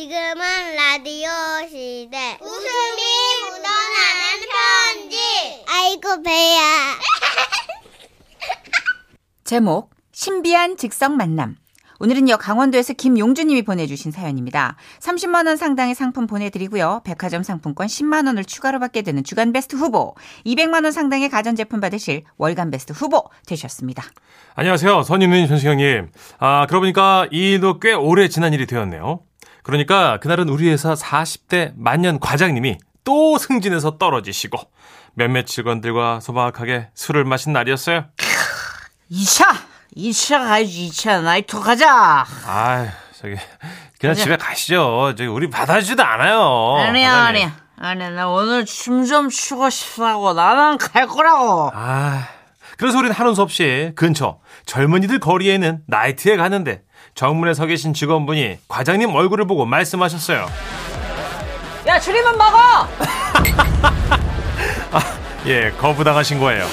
지금은 라디오 시대. 웃음이 묻어나는 편지. 아이고, 배야. 제목 신비한 즉석 만남. 오늘은요 강원도에서 김용주님이 보내주신 사연입니다. 30만 원 상당의 상품 보내드리고요 백화점 상품권 10만 원을 추가로 받게 되는 주간 베스트 후보, 200만 원 상당의 가전제품 받으실 월간 베스트 후보 되셨습니다. 안녕하세요. 선희님, 전시경님. 아, 그러고 보니까 이 일도 꽤 오래 지난 일이 되었네요. 그러니까 그날은 우리 회사 40대 만년 과장님이 또 승진해서 떨어지시고 몇몇 직원들과 소박하게 술을 마신 날이었어요. 2차! 2차 가야지, 2차. 나이트 가자! 아, 저기 그냥 집에 가시죠. 저기 우리 받아주지도 않아요. 아니야, 과장님. 아니야. 아니야, 나 오늘 춤 좀 추고 싶다고. 나는 갈 거라고. 아, 그래서 우린 하는 수 없이 근처 젊은이들 거리에 있는 나이트에 가는데 정문에 서 계신 직원분이 과장님 얼굴을 보고 말씀하셨어요. 야, 줄이면 먹어! 예, 거부당하신 거예요.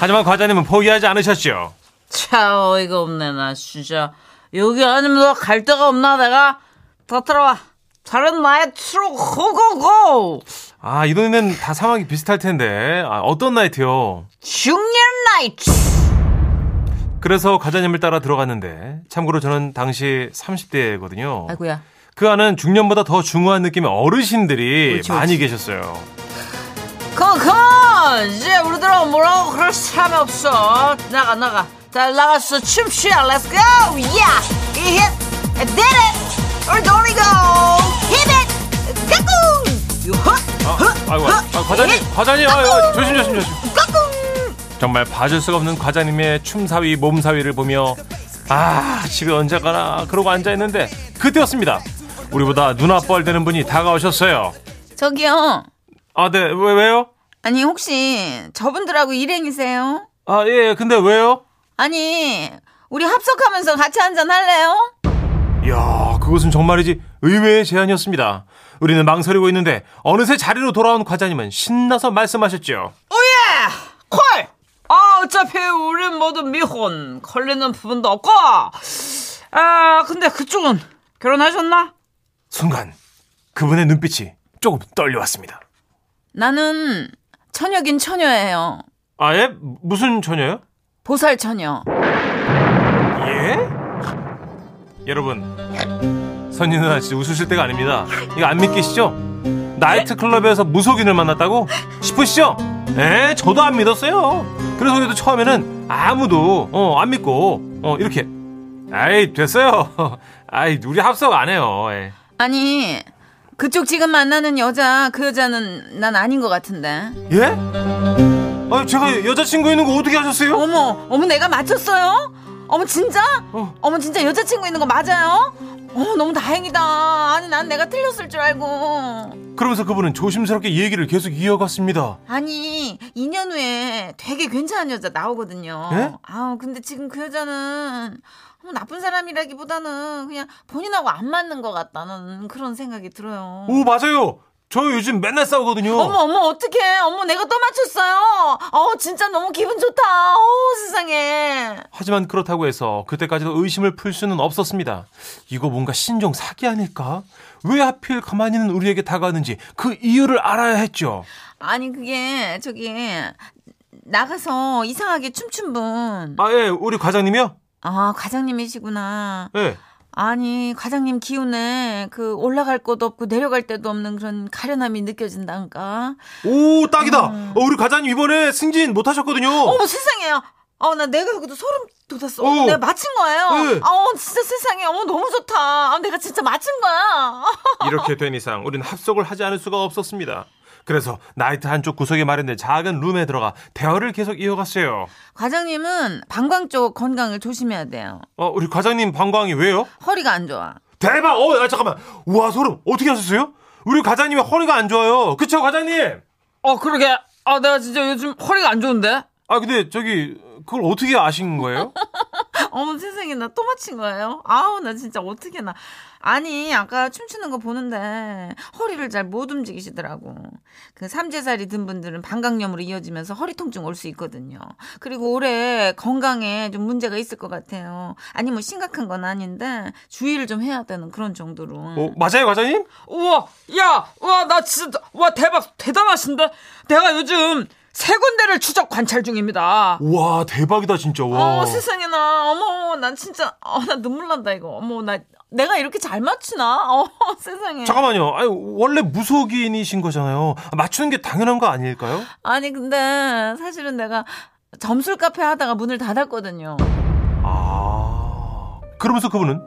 하지만 과장님은 포기하지 않으셨죠. 참, 어이가 없네, 나 진짜. 여기 아니면 너 갈 데가 없나, 내가? 더 들어와. 다른 나이트로 고고고! 아, 이 동네는 다 상황이 비슷할 텐데. 아, 어떤 나이트요? 중년 나이트! 그래서 과장님을 따라 들어갔는데 참고로 저는 당시 30대거든요. 아이고야. 그 안은 중년보다 더 중후한 느낌의 어르신들이 그렇지, 많이 계셨어요. 컴온, 컴온! 이제 우리들은 뭐라고 그럴 사람이 없어. 나가, 나가. 다 나갔어. 춤추야. Let's go! Yeah! It hit! It did it! 우리 놀이고 Hit it! 까꿍! 요헛! 아, 헛! 아이고, 헛! 아, 과장님, 예? 과장님, 아유, 아유, 조심, 조심, 조심. 까꿍! 정말 봐줄 수가 없는 과장님의 춤사위, 몸사위를 보며 아 집에 언제 가나 그러고 앉아있는데 그때였습니다. 우리보다 누나 뻘되는 분이 다가오셨어요. 저기요. 아, 네, 왜, 왜요? 아니 혹시 저분들하고 일행이세요? 아, 예, 근데 왜요? 아니 우리 합석하면서 같이 한잔 할래요? 이야, 그것은 정말이지 의외의 제안이었습니다. 우리는 망설이고 있는데 어느새 자리로 돌아온 과장님은 신나서 말씀하셨죠. 오예! 콜! 아, 어차피 우린 모두 미혼. 걸리는 부분도 없고. 아, 근데 그쪽은 결혼하셨나? 순간 그분의 눈빛이 조금 떨려왔습니다. 나는 처녀긴 처녀예요. 아, 예? 무슨 처녀요? 보살 처녀. 예? 여러분 선희 누나 진짜 웃으실 때가 아닙니다 이거 안 믿기시죠? 나이트클럽에서 무속인을 만났다고? 싶으시죠? 에 저도 안 믿었어요 그래서 우리도 처음에는 아무도 어, 안 믿고 어, 이렇게 아이 됐어요 아이 우리 합석 안 해요 예. 아니 그쪽 지금 만나는 여자 그 여자는 난 아닌 것 같은데. 예? 아 제가 여자친구 있는 거 어떻게 아셨어요? 어머 어머 내가 맞췄어요? 어머 진짜? 어. 어머 진짜 여자친구 있는 거 맞아요? 어 너무 다행이다. 아니 난 내가 틀렸을 줄 알고. 그러면서 그분은 조심스럽게 얘기를 계속 이어갔습니다 아니 2년 후에 되게 괜찮은 여자 나오거든요. 예? 아우 근데 지금 그 여자는 뭐 나쁜 사람이라기보다는 그냥 본인하고 안 맞는 것 같다는 그런 생각이 들어요. 오 맞아요 저 요즘 맨날 싸우거든요 어머 어머 어떡해 어머 내가 또 맞췄어요. 어 진짜 너무 기분 좋다. 어 세상에. 하지만 그렇다고 해서 그때까지도 의심을 풀 수는 없었습니다. 이거 뭔가 신종 사기 아닐까? 왜 하필 가만히 있는 우리에게 다가왔는지 그 이유를 알아야 했죠. 아니 그게 저기 나가서 이상하게 춤춘 분. 아, 예, 우리 과장님이요? 아 과장님이시구나. 예. 아니 과장님 기운에 그 올라갈 것도 없고 내려갈 데도 없는 그런 가련함이 느껴진다니까. 오, 딱이다! 어, 우리 과장님 이번에 승진 못 하셨거든요. 음. 어머 세상에요. 아, 어나 내가 그것도 소름 돋았어. 어머, 어. 내가 맞힌 거예요. 네. 어 진짜 세상에 어머 너무 좋다. 아, 내가 진짜 맞힌 거야. 이렇게 된 이상 우린 합석을 하지 않을 수가 없었습니다. 그래서 나이트 한쪽 구석에 마련된 작은 룸에 들어가 대화를 계속 이어갔어요. 과장님은 방광 쪽 건강을 조심해야 돼요. 어, 우리 과장님 방광이 왜요? 허리가 안 좋아. 대박! 어, 야, 잠깐만. 우와, 소름. 어떻게 하셨어요? 우리 과장님의 허리가 안 좋아요. 그쵸, 과장님? 어, 그러게. 아, 내가 진짜 요즘 허리가 안 좋은데? 아 근데 저기 그걸 어떻게 아신 거예요? 어머 세상에 나 또 맞힌 거예요? 아우 나 진짜 어떻게 나 아니 아까 춤추는 거 보는데 허리를 잘 못 움직이시더라고 그 삼재살이 든 분들은 방광염으로 이어지면서 허리 통증 올 수 있거든요 그리고 올해 건강에 좀 문제가 있을 것 같아요 아니 뭐 심각한 건 아닌데 주의를 좀 해야 되는 그런 정도로 어, 맞아요, 과장님? 우와, 야, 와, 나 진짜, 와, 대박, 대단하신데? 내가 요즘 세 군데를 추적 관찰 중입니다. 우와, 대박이다, 진짜. 와. 어, 세상에, 나, 어머, 난 진짜, 어, 나 눈물 난다, 이거. 어머, 나, 내가 이렇게 잘 맞추나? 어, 세상에. 잠깐만요. 아니, 원래 무속인이신 거잖아요. 맞추는 게 당연한 거 아닐까요? 아니, 근데, 사실은 내가 점술 카페 하다가 문을 닫았거든요. 아. 그러면서 그분은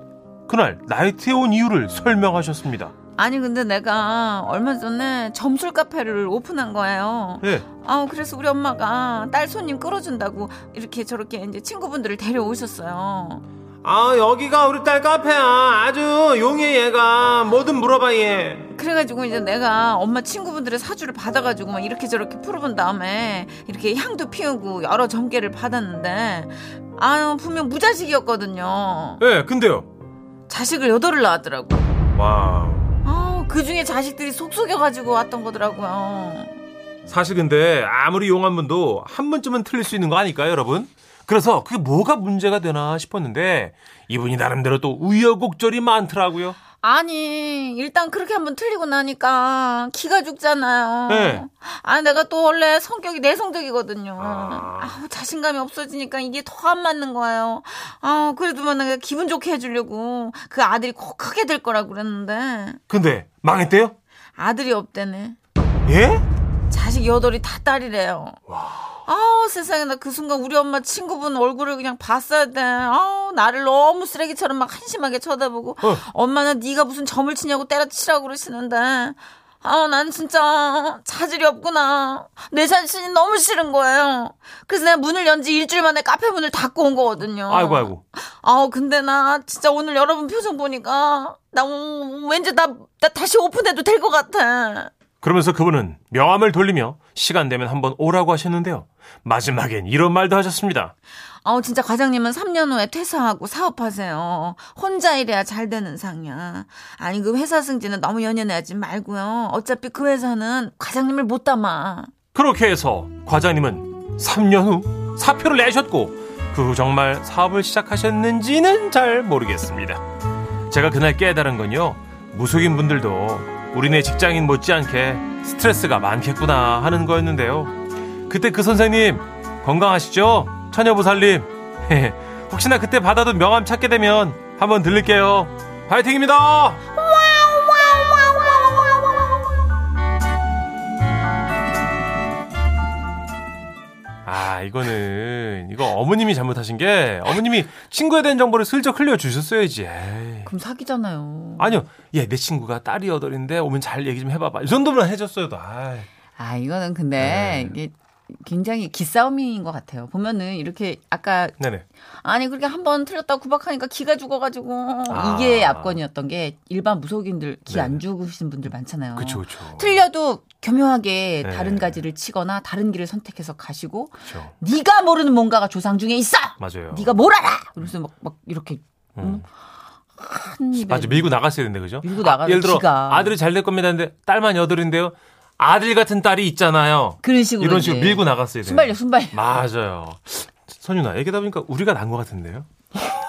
그날 나이트에 온 이유를 설명하셨습니다. 아니, 근데 내가 얼마 전에 점술 카페를 오픈한 거예요. 예. 아, 그래서 우리 엄마가 딸 손님 끌어준다고 이렇게 저렇게 이제 친구분들을 데려오셨어요. 아 여기가 우리 딸 카페야 아주 용해 얘가 뭐든 물어봐 얘 그래가지고 이제 내가 엄마 친구분들의 사주를 받아가지고 막 이렇게 저렇게 풀어본 다음에 이렇게 향도 피우고 여러 점괘를 받았는데 아유 분명 무자식이었거든요. 예, 근데요. 자식을 여덟을 낳았더라고. 와우. 아그 중에 자식들이 속속여가지고 왔던 거더라고요. 사실 근데 아무리 용한 분도 한 번쯤은 틀릴 수 있는 거 아닐까요, 여러분? 그래서 그게 뭐가 문제가 되나 싶었는데 이분이 나름대로 또 우여곡절이 많더라고요. 아니 일단 그렇게 한번 틀리고 나니까 기가 죽잖아요. 네. 아 내가 또 원래 성격이 내성적이거든요. 아. 아. 우 자신감이 없어지니까 이게 더 안 맞는 거예요. 아 그래도 막 내가 기분 좋게 해주려고 그 아들이 꼭 크게 될 거라고 그랬는데 근데 망했대요? 아들이 없대네. 예? 자식 여덟이 다 딸이래요. 아우 세상에 나 그 순간 우리 엄마 친구분 얼굴을 그냥 봤어야 돼. 아우 나를 너무 쓰레기처럼 막 한심하게 쳐다보고 어. 엄마는 네가 무슨 점을 치냐고 때려치라고 그러시는데 아우 난 진짜 자질이 없구나. 내 자신이 너무 싫은 거예요. 그래서 내가 문을 연 지 일주일 만에 카페 문을 닫고 온 거거든요. 아이고 아이고. 아우 근데 나 진짜 오늘 여러분 표정 보니까 나 음, 왠지 나, 나 다시 오픈해도 될 것 같아. 그러면서 그분은 명함을 돌리며 시간 되면 한번 오라고 하셨는데요. 마지막엔 이런 말도 하셨습니다. 아우 진짜 과장님은 3년 후에 퇴사하고 사업하세요. 혼자 일해야 잘 되는 상이야. 아니 그 회사 승진은 너무 연연해하지 말고요. 어차피 그 회사는 과장님을 못 담아. 그렇게 해서 과장님은 3년 후 사표를 내셨고 그 후 정말 사업을 시작하셨는지는 잘 모르겠습니다. 제가 그날 깨달은 건요. 무속인 분들도 우리네 직장인 못지않게 스트레스가 많겠구나 하는 거였는데요. 그때 그 선생님 건강하시죠? 처녀보살님 혹시나 그때 받아둔 명함 찾게 되면 한번 들릴게요. 파이팅입니다. 아, 이거는, 이거 어머님이 잘못하신 게, 어머님이 친구에 대한 정보를 슬쩍 흘려주셨어야지. 에이. 그럼 사기잖아요. 아니요, 예, 내 친구가 딸이 여덟인데 오면 잘 얘기 좀 해봐봐. 이 정도면 해줬어도, 아 아, 이거는 근데 네. 이게 굉장히 기싸움인 것 같아요. 보면은 이렇게 아까 네네. 아니 그렇게 한 번 틀렸다 구박하니까 기가 죽어가지고 아. 이게 압권이었던 게 일반 무속인들 기 네. 안 죽으신 분들 많잖아요. 그쵸, 그쵸. 틀려도 교묘하게 네. 다른 가지를 치거나 다른 길을 선택해서 가시고 그쵸. 네가 모르는 뭔가가 조상 중에 있어. 맞아요. 네가 뭘 알아? 그래서 막, 막 이렇게 음. 큰 입에 맞아, 밀고 나갔어야 되는데, 그죠? 밀고 나가는 예를 들어, 기가. 아들이 잘 될 겁니다. 근데 딸만 여덟인데요. 아들 같은 딸이 있잖아요. 그런 식으로 이런 식으로 이제 밀고 나갔어야 돼요. 순발력 순발력 맞아요. 선유나, 얘기하다 보니까 우리가 난 것 같은데요?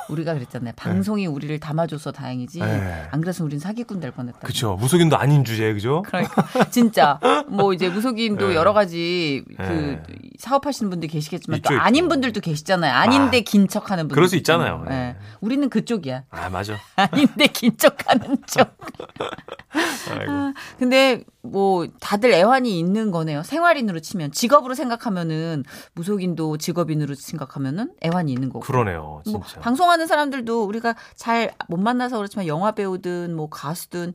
우리가 그랬잖아요. 방송이 우리를 담아줘서 다행이지. 네. 안 그래서 우린 사기꾼 될 뻔했다. 그쵸. 무속인도 아닌 주제에, 그죠? 그러니까 진짜 뭐 이제 무속인도 네. 여러 가지 그 네. 사업하시는 분들 계시겠지만 있죠, 또 있죠. 아닌 분들도 계시잖아요. 아닌데 아, 긴 척하는 분들. 그럴 수 있잖아요. 네. 예. 우리는 그쪽이야. 아, 맞아. 아닌데 긴 척하는 쪽. 아이고. 근데 뭐 다들 애환이 있는 거네요. 생활인으로 치면 직업으로 생각하면은 무속인도 직업인으로 생각하면은 애환이 있는 거고. 그러네요, 뭐 진짜. 방송하는 사람들도 우리가 잘 못 만나서 그렇지만 영화 배우든 뭐 가수든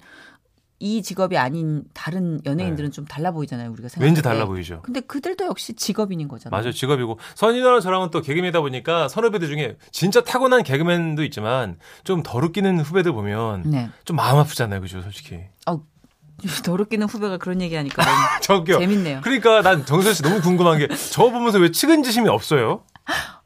이 직업이 아닌 다른 연예인들은 좀 달라 보이잖아요. 우리가 생각. 네, 네. 왠지 달라 보이죠. 근데 그들도 역시 직업인인 거잖아요. 맞아요, 직업이고 선이랑 저랑은 또 개그맨이다 보니까 선후배들 중에 진짜 타고난 개그맨도 있지만 좀 더럽기는 후배들 보면 네. 좀 마음 아프잖아요, 그죠, 솔직히. 어, 더럽기는 후배가 그런 얘기하니까 너무 저기요. 그 재밌네요. 그러니까 난 정선 씨 너무 궁금한 게 저 보면서 왜 측은지심이 없어요?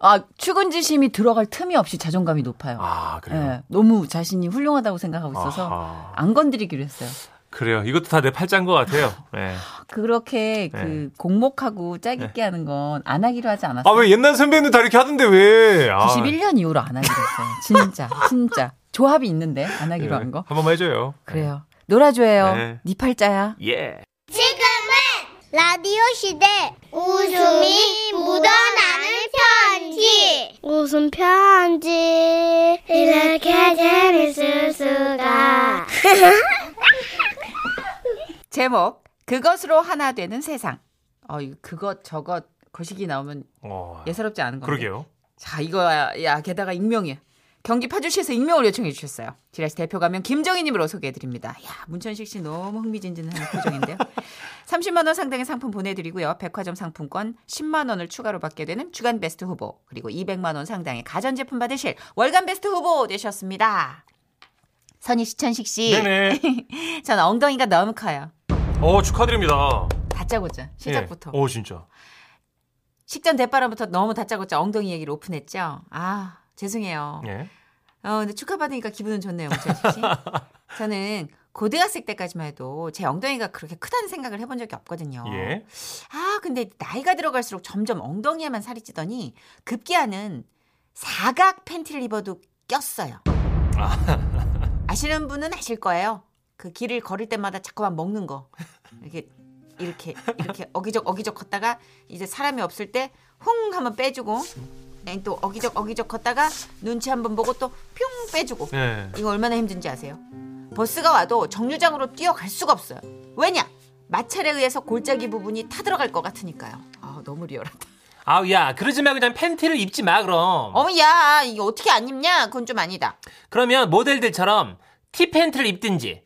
아, 출근 지심이 들어갈 틈이 없이 자존감이 높아요. 아 예, 그래요. 네. 너무 자신이 훌륭하다고 생각하고 있어서 아하. 안 건드리기로 했어요. 그래요. 이것도 다 내 팔자인 것 같아요. 예. 그렇게 네. 그 공목하고 짝 있게 하는 건 안 하기로 하지 않았어요. 아왜 옛날 선배님들 다 이렇게 하던데 왜? 아, 91년 이후로 안 하기로 했어요. 진짜, 진짜. 조합이 있는데 안 예. 하기로 한 거. 한 번만 해줘요. 그래요. 놀아줘요. 네. 네, 팔자야. 예. 라디오 시대 웃음이 묻어나는 편지 웃음 편지 이렇게 재밌을 수가 제목 그것으로 하나 되는 세상. 어, 이거 그것 저것 거시기 나오면 어. 예사롭지 않은 건데. 그러게요. 자, 이거야. 야, 게다가 익명이야. 경기 파주시에서 익명을 요청해 주셨어요. 지라시 대표 가면 김정희님으로 소개해드립니다. 야, 문천식 씨 너무 흥미진진한 표정인데요. 30만 원 상당의 상품 보내드리고요. 백화점 상품권 10만 원을 추가로 받게 되는 주간 베스트 후보 그리고 200만 원 상당의 가전제품 받으실 월간 베스트 후보 되셨습니다. 선희 시천식 씨, 예. 네네. 전 엉덩이가 너무 커요. 어 축하드립니다. 다짜고짜 시작부터. 예. 오 진짜. 식전 대바람부터 너무 다짜고짜 엉덩이 얘기를 오픈했죠. 아 죄송해요. 예. 어, 근데 축하받으니까 기분은 좋네요, 문천식 씨. 저는 고등학생 때까지만 해도 제 엉덩이가 그렇게 크다는 생각을 해본 적이 없거든요. 예. 아, 근데 나이가 들어갈수록 점점 엉덩이에만 살이 찌더니 급기야는 사각 팬티를 입어도 꼈어요. 아시는 분은 아실 거예요. 그 길을 걸을 때마다 자꾸만 먹는 거. 이렇게 이렇게 이렇게 어기적 어기적 걷다가 이제 사람이 없을 때 흥 한번 빼주고 아니, 또 어기적 어기적 걷다가 눈치 한번 보고 또 뿅 빼주고 예. 이거 얼마나 힘든지 아세요? 버스가 와도 정류장으로 뛰어갈 수가 없어요. 왜냐? 마찰에 의해서 골짜기 부분이 타들어갈 것 같으니까요. 아 너무 리얼하다. 아우 야 그러지 말고 그냥 팬티를 입지 마 그럼. 어야 이거 어떻게 안 입냐? 그건 좀 아니다. 그러면 모델들처럼 티 팬티를 입든지.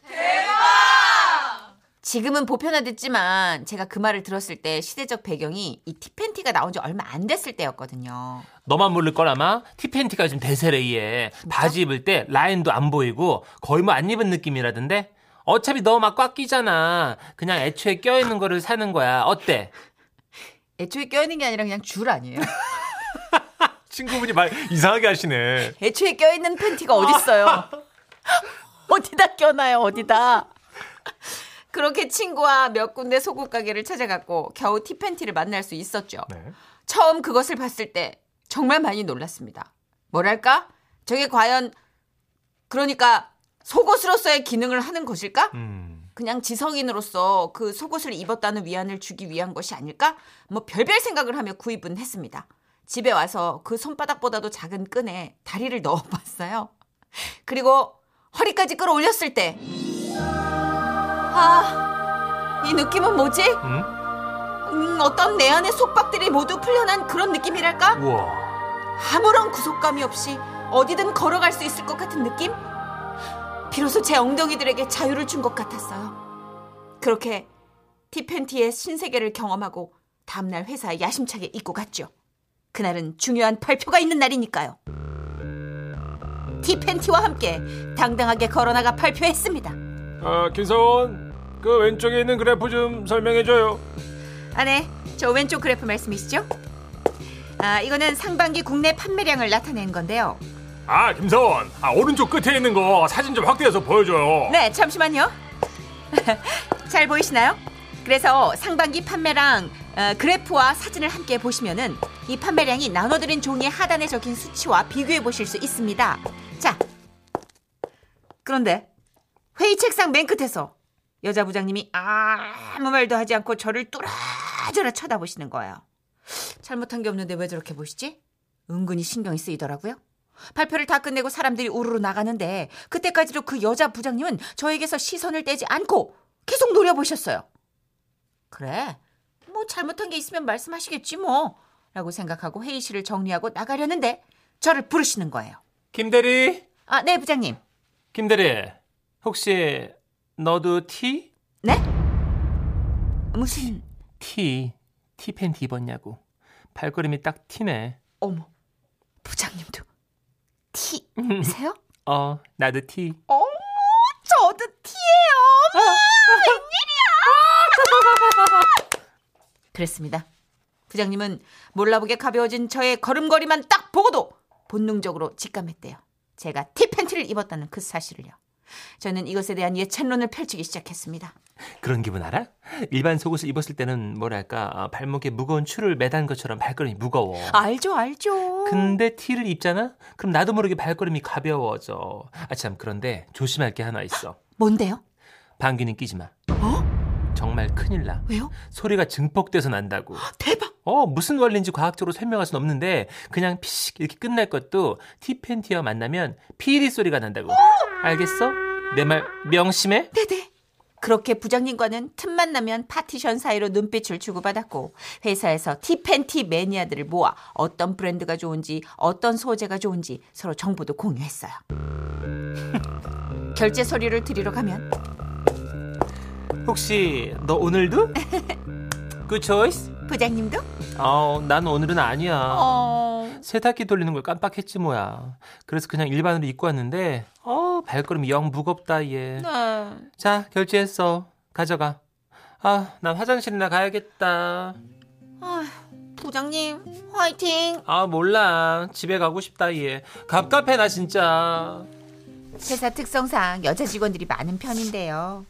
지금은 보편화됐지만 제가 그 말을 들었을 때 시대적 배경이 이 티팬티가 나온 지 얼마 안 됐을 때였거든요. 너만 모를 걸 아마 티 팬티가 지금 대세래 얘. 바지 입을 때 라인도 안 보이고 거의 뭐 안 입은 느낌이라던데. 어차피 너 막 꽉 끼잖아. 그냥 애초에 껴있는 거를 사는 거야. 어때? 애초에 껴있는 게 아니라 그냥 줄 아니에요. 친구분이 말 이상하게 하시네. 애초에 껴있는 팬티가 어딨어요. 어디다 껴놔요, 어디다. 그렇게 친구와 몇 군데 속옷 가게를 찾아갔고 겨우 티팬티를 만날 수 있었죠. 네. 처음 그것을 봤을 때 정말 많이 놀랐습니다. 뭐랄까? 저게 과연 그러니까 속옷으로서의 기능을 하는 것일까? 음. 그냥 지성인으로서 그 속옷을 입었다는 위안을 주기 위한 것이 아닐까? 뭐 별별 생각을 하며 구입은 했습니다. 집에 와서 그 손바닥보다도 작은 끈에 다리를 넣어봤어요. 그리고 허리까지 끌어올렸을 때, 아, 이 느낌은 뭐지? 음? 음, 어떤 내 안의 속박들이 모두 풀려난 그런 느낌이랄까? 우와. 아무런 구속감이 없이 어디든 걸어갈 수 있을 것 같은 느낌? 비로소 제 엉덩이들에게 자유를 준 것 같았어요. 그렇게 티팬티의 신세계를 경험하고 다음날 회사에 야심차게 입고 갔죠. 그날은 중요한 발표가 있는 날이니까요. 티팬티와 함께 당당하게 걸어나가 발표했습니다. 아, 김서원. 그 왼쪽에 있는 그래프 좀 설명해줘요. 아, 네. 저 왼쪽 그래프 말씀이시죠? 아, 이거는 상반기 국내 판매량을 나타낸 건데요. 아, 김서원. 아, 오른쪽 끝에 있는 거 사진 좀 확대해서 보여줘요. 네, 잠시만요. 잘 보이시나요? 그래서 상반기 판매량 어, 그래프와 사진을 함께 보시면은 이 판매량이 나눠드린 종이의 하단에 적힌 수치와 비교해 보실 수 있습니다. 자, 그런데 회의 책상 맨 끝에서 여자 부장님이 아무 말도 하지 않고 저를 뚜라저라 쳐다보시는 거예요. 잘못한 게 없는데 왜 저렇게 보시지? 은근히 신경이 쓰이더라고요. 발표를 다 끝내고 사람들이 우르르 나가는데 그때까지도 그 여자 부장님은 저에게서 시선을 떼지 않고 계속 노려보셨어요. 그래, 뭐 잘못한 게 있으면 말씀하시겠지 뭐. 라고 생각하고 회의실을 정리하고 나가려는데 저를 부르시는 거예요. 김대리. 아, 네, 부장님. 김대리. 혹시 너도 티? 네? 무슨, 티, 티 팬티 입었냐고. 발걸음이 딱 티네. 어머, 부장님도 티세요? 어, 나도 티. 저도 티예요. 어머, 웬일이야. 그랬습니다. 부장님은 몰라보게 가벼워진 저의 걸음걸이만 딱 보고도 본능적으로 직감했대요. 제가 티팬티를 입었다는 그 사실을요. 저는 이것에 대한 예찬론을 펼치기 시작했습니다. 그런 기분 알아? 일반 속옷을 입었을 때는 뭐랄까 아, 발목에 무거운 추를 매단 것처럼 발걸음이 무거워. 알죠, 알죠. 근데 티를 입잖아? 그럼 나도 모르게 발걸음이 가벼워져. 아 참 그런데 조심할 게 하나 있어. 뭔데요? 방귀는 끼지 마. 정말 큰일 나. 왜요? 소리가 증폭돼서 난다고. 대박! 어, 무슨 원리인지 과학적으로 설명할 순 없는데 그냥 피식 이렇게 끝날 것도 티팬티와 만나면 피리 소리가 난다고. 알겠어? 내 말 명심해. 네네. 그렇게 부장님과는 틈만 나면 파티션 사이로 눈빛을 주고받았고 회사에서 티팬티 매니아들을 모아 어떤 브랜드가 좋은지 어떤 소재가 좋은지 서로 정보도 공유했어요. 결제 서류를 드리러 가면 혹시 너 오늘도? 굿 초이스? 부장님도 어, 난 오늘은 아니야. 어 세탁기 돌리는 걸 깜빡했지 뭐야. 그래서 그냥 일반으로 입고 왔는데 어, 발걸음이 영 무겁다 얘. 네. 자, 결제했어. 가져가. 아, 난 화장실이나 가야겠다. 아, 부장님 화이팅. 아, 몰라. 집에 가고 싶다 얘. 갑갑해 나 진짜. 회사 특성상 여자 직원들이 많은 편인데요.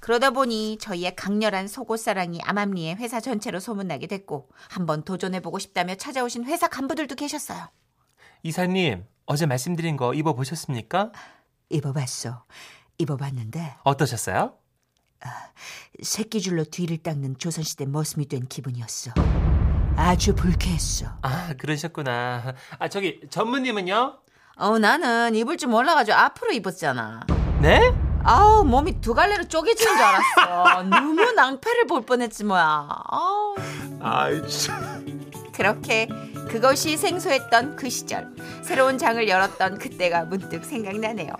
그러다 보니 저희의 강렬한 속옷 사랑이 암암리에 회사 전체로 소문나게 됐고 한번 도전해보고 싶다며 찾아오신 회사 간부들도 계셨어요. 이사님, 어제 말씀드린 거 입어 보셨습니까? 입어봤어. 입어봤는데 어떠셨어요? 새끼줄로 뒤를 닦는 조선시대 머슴이 된 기분이었어. 아주 불쾌했어. 아, 그러셨구나. 아, 저기 전무님은요? 어 나는 입을 줄 몰라가지고 앞으로 입었잖아. 네? 아우 몸이 두 갈래로 쪼개지는 줄 알았어. 너무 낭패를 볼 뻔했지 뭐야. 아우. 아이 진짜. 그렇게 그것이 생소했던 그 시절 새로운 장을 열었던 그때가 문득 생각나네요.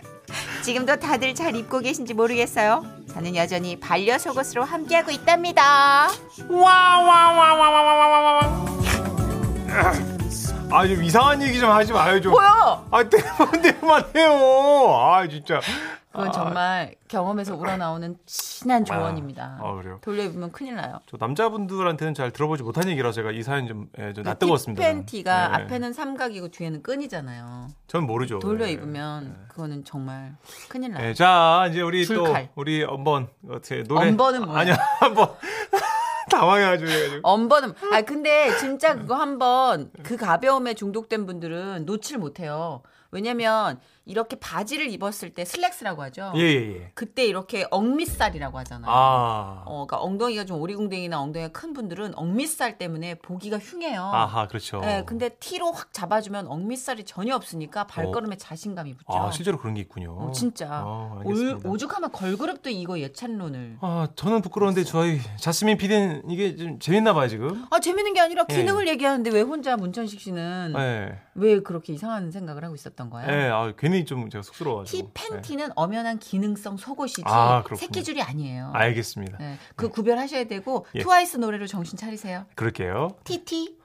지금도 다들 잘 입고 계신지 모르겠어요. 저는 여전히 반려 속옷으로 함께하고 있답니다. 아좀 이상한 얘기 좀 하지 마요 좀. 뭐야? 아 때만 때만 해요. 아 진짜. 아. 그건 정말 경험에서 우러나오는 친한 조언입니다. 아, 그래요? 돌려 입으면 큰일 나요. 저 남자분들한테는 잘 들어보지 못한 얘기라 제가 이 사연 좀, 예, 좀 낯뜨거웠습니다. 저는. 팬티가 예. 앞에는 삼각이고 뒤에는 끈이잖아요. 전 모르죠. 돌려 예. 입으면 그거는 정말 큰일 나요. 예, 자 이제 우리 줄칼. 또 우리 엄번 어떻게 노래 엄번은 뭐예요? 아니야 한번 당황해가지고 해가지고. 엄버는 아 근데 음. 진짜 그거 한번 그 가벼움에 중독된 분들은 놓칠 못해요. 왜냐면 이렇게 바지를 입었을 때 슬랙스라고 하죠. 예, 예, 예. 그때 이렇게 억밑살이라고 하잖아요. 아. 어, 그러니까 엉덩이가 좀 오리궁뎅이나 엉덩이가 큰 분들은 억밑살 때문에 보기가 흉해요. 아하, 그렇죠. 네, 근데 티로 확 잡아주면 억밑살이 전혀 없으니까 발걸음에 자신감이 붙죠. 어. 아, 실제로 그런 게 있군요. 어, 진짜. 어, 올, 알겠습니다. 오죽하면 걸그룹도 이거 예찬론을. 아, 저는 부끄러운데 저희 자스민 피디는 이게 좀 재밌나 봐요, 지금. 아, 재밌는 게 아니라 예. 기능을 얘기하는데 왜 혼자 문천식 씨는 예. 왜 그렇게 이상한 생각을 하고 있었던 거야? 예, 아, 괜히 좀 제가 쑥스러워 가지고. 예. 티 팬티는 엄연한 기능성 속옷이지 아, 그렇군요. 새끼줄이 아니에요. 알겠습니다. 네, 그 구별하셔야 되고 예. 트와이스 노래로 정신 차리세요. 그럴게요. 티티.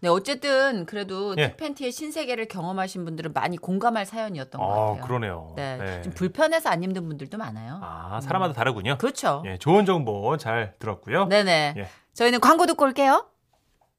네, 어쨌든 그래도 예. 티팬티의 신세계를 경험하신 분들은 많이 공감할 사연이었던 것 아, 같아요. 그러네요. 네, 예. 좀 불편해서 안 입는 분들도 많아요. 아, 사람마다 다르군요. 그렇죠. 예, 좋은 정보 잘 들었고요. 네네. 예. 저희는 광고 듣고 올게요.